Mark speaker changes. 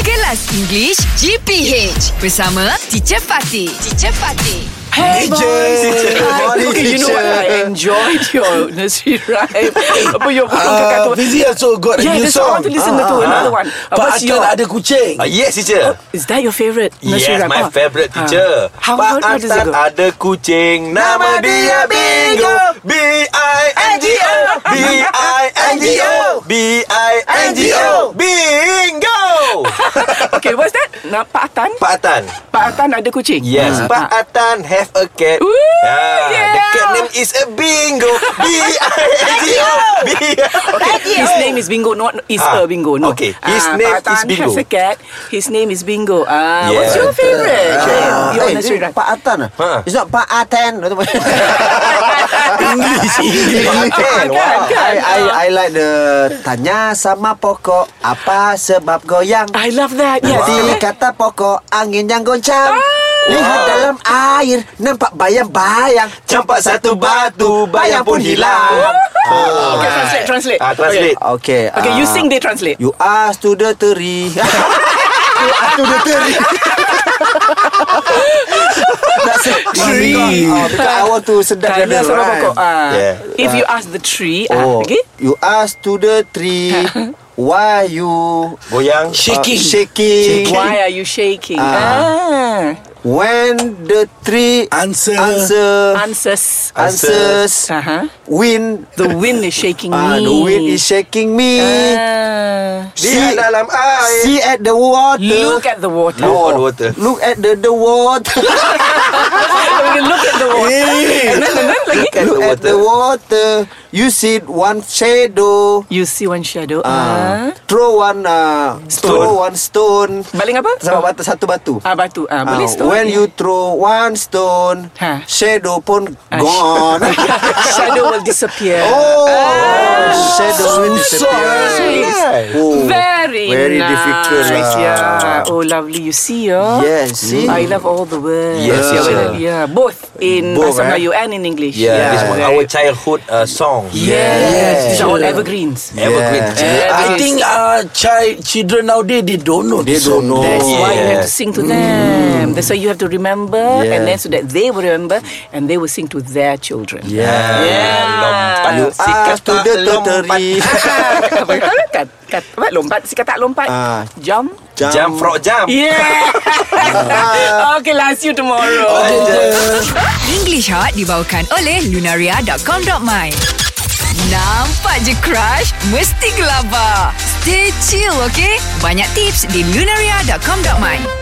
Speaker 1: Kelas English GPH bersama Teacher Fatih. Teacher Fatih.
Speaker 2: Hey,
Speaker 3: Teacher.
Speaker 2: boys.
Speaker 3: Good morning,
Speaker 2: okay, you know what?
Speaker 3: teacher.
Speaker 2: I enjoyed your nursery rhyme. Apa your hurung
Speaker 4: Ah,
Speaker 2: kakak tu?
Speaker 3: Uh,
Speaker 2: Ya,
Speaker 3: Fizi
Speaker 4: lah,
Speaker 3: also got a
Speaker 2: Yeah,
Speaker 3: new
Speaker 2: that's what I
Speaker 3: song.
Speaker 2: want to listen to, another one. Uh,
Speaker 3: Pak
Speaker 2: what's
Speaker 3: Akan
Speaker 2: your-
Speaker 3: ada kucing.
Speaker 5: Uh, yes, teacher.
Speaker 2: Is that your favourite nursery
Speaker 5: yes,
Speaker 2: rhyme?
Speaker 5: my
Speaker 2: Ah.
Speaker 5: favourite teacher.
Speaker 2: Ah. How
Speaker 5: Pak
Speaker 2: how does it
Speaker 5: Antan
Speaker 2: go?
Speaker 5: ada kucing, nama dia Bingo. B-I-N-G-O. B-I-N-G-O. B-I-N-G-O. Bingo.
Speaker 2: Okay, what's that? Nah, Pak Atan?
Speaker 5: Pak Atan.
Speaker 2: Pak Atan ada kucing?
Speaker 5: Yes,
Speaker 2: Ah.
Speaker 5: Pak Atan have a cat.
Speaker 2: Ooh,
Speaker 5: Ah, The
Speaker 2: yeah.
Speaker 5: cat name is a Bingo. B-I-N-G-O. B-I-N-G-O.
Speaker 2: His name is Bingo, not is
Speaker 5: Ah,
Speaker 2: a Bingo. No.
Speaker 5: okay. His
Speaker 2: Ah,
Speaker 5: name
Speaker 2: Pak Atan
Speaker 5: is Bingo.
Speaker 2: has a cat. His name is Bingo. Ah, what's
Speaker 5: Yeah.
Speaker 2: your favourite?
Speaker 3: Ah.
Speaker 2: your
Speaker 4: Hey,
Speaker 2: nursery
Speaker 4: this
Speaker 2: rhyme.
Speaker 4: Eh, Pak Atan ah?
Speaker 5: Ha.
Speaker 4: It's not Pak Atan
Speaker 2: Ah,
Speaker 3: English. English.
Speaker 5: Atan.
Speaker 2: Kan,
Speaker 5: Wow.
Speaker 2: kan?
Speaker 4: I, I, I like the Tanya sama pokok Apa sebab goyang
Speaker 2: I love that. Yes.
Speaker 4: Nanti kata pokok Angin yang goncang
Speaker 2: Ah.
Speaker 4: Lihat dalam air Nampak bayang-bayang
Speaker 5: Campak satu batu, bayang pun hilang.
Speaker 2: Oh, okay, translate, translate.
Speaker 5: Ah, translate.
Speaker 4: Okay
Speaker 2: Okay, you
Speaker 4: ah,
Speaker 2: sing, they translate.
Speaker 4: You are to the tree You are to the tree That's a
Speaker 3: Tree.
Speaker 4: Oh, because I want to sedap
Speaker 2: Tanya
Speaker 4: the
Speaker 2: sama
Speaker 4: rhyme.
Speaker 2: pokok. Ah,
Speaker 5: Yeah.
Speaker 2: If you ask the tree,
Speaker 4: Oh,
Speaker 2: ah, okay?
Speaker 4: you ask to the tree why you
Speaker 5: Goyang. ah,
Speaker 4: shaking, shaking,
Speaker 2: Why are you shaking? Ah.
Speaker 4: when the tree
Speaker 3: Answer.
Speaker 4: answer,
Speaker 2: Ah. Answers.
Speaker 4: Ah. answers,
Speaker 2: Uh-huh.
Speaker 4: wind,
Speaker 2: The wind is shaking
Speaker 4: ah,
Speaker 2: me.
Speaker 4: the wind is shaking me.
Speaker 2: Ah.
Speaker 5: Dia dalam air.
Speaker 4: see at the water.
Speaker 2: Look at the water. Oh,
Speaker 5: Look on water.
Speaker 4: Look at the the water.
Speaker 2: Okay, look at the water.
Speaker 3: Eh.
Speaker 2: And then, and then, lagi.
Speaker 5: Look at
Speaker 4: Look
Speaker 5: the
Speaker 4: at the
Speaker 5: water.
Speaker 4: water. You see one shadow.
Speaker 2: You see one shadow.
Speaker 4: Ah,
Speaker 2: Ah.
Speaker 4: throw one uh, throw one stone.
Speaker 2: Baling apa?
Speaker 4: Sama batu satu batu.
Speaker 2: Ah, batu. Ah,
Speaker 4: Ah,
Speaker 2: boleh stone.
Speaker 4: When you throw one stone
Speaker 2: Ha.
Speaker 4: Shadow pun
Speaker 2: Ah,
Speaker 4: gone
Speaker 2: shadow will disappear.
Speaker 4: Oh Shadow will disappear
Speaker 5: Nice.
Speaker 4: oh.
Speaker 2: Very,
Speaker 4: Very
Speaker 2: nice.
Speaker 4: difficult lah.
Speaker 2: Yeah. Oh, lovely. You see, yeah.
Speaker 4: Yes, see?
Speaker 2: I love all the words.
Speaker 5: Yes,
Speaker 2: yeah.
Speaker 5: yes,
Speaker 2: well, yeah. Both in
Speaker 4: Both,
Speaker 2: Bahasa
Speaker 4: eh?
Speaker 2: Melayu and in English.
Speaker 5: Yeah, this one
Speaker 2: Very-
Speaker 5: our childhood uh, song.
Speaker 2: Yes. These are all
Speaker 3: Yeah.
Speaker 2: evergreens.
Speaker 5: Evergreen.
Speaker 2: Yeah.
Speaker 3: I think uh, child, children nowadays they don't know.
Speaker 4: They
Speaker 3: this
Speaker 4: don't
Speaker 3: song.
Speaker 4: know.
Speaker 2: That's why you have to
Speaker 5: yes.
Speaker 2: sing to them. That's why you have to remember, and then
Speaker 4: Yeah.
Speaker 2: so that they will remember, and they will sing to their children.
Speaker 4: Yeah.
Speaker 2: Yeah.
Speaker 5: Lompat.
Speaker 4: Si
Speaker 5: Sikat
Speaker 4: to the
Speaker 5: tak
Speaker 4: totally
Speaker 2: Apa kata? Kat, kat, apa? lompat. Si kata lompat.
Speaker 4: Ah.
Speaker 2: Jump.
Speaker 5: Jump frog jump.
Speaker 2: Yeah. okay, lah. See you tomorrow.
Speaker 1: English Hot dibawakan oleh Lunaria.com.my Nampak je crush? Mesti gelabah. Stay chill, okay? Banyak tips di Lunaria.com.my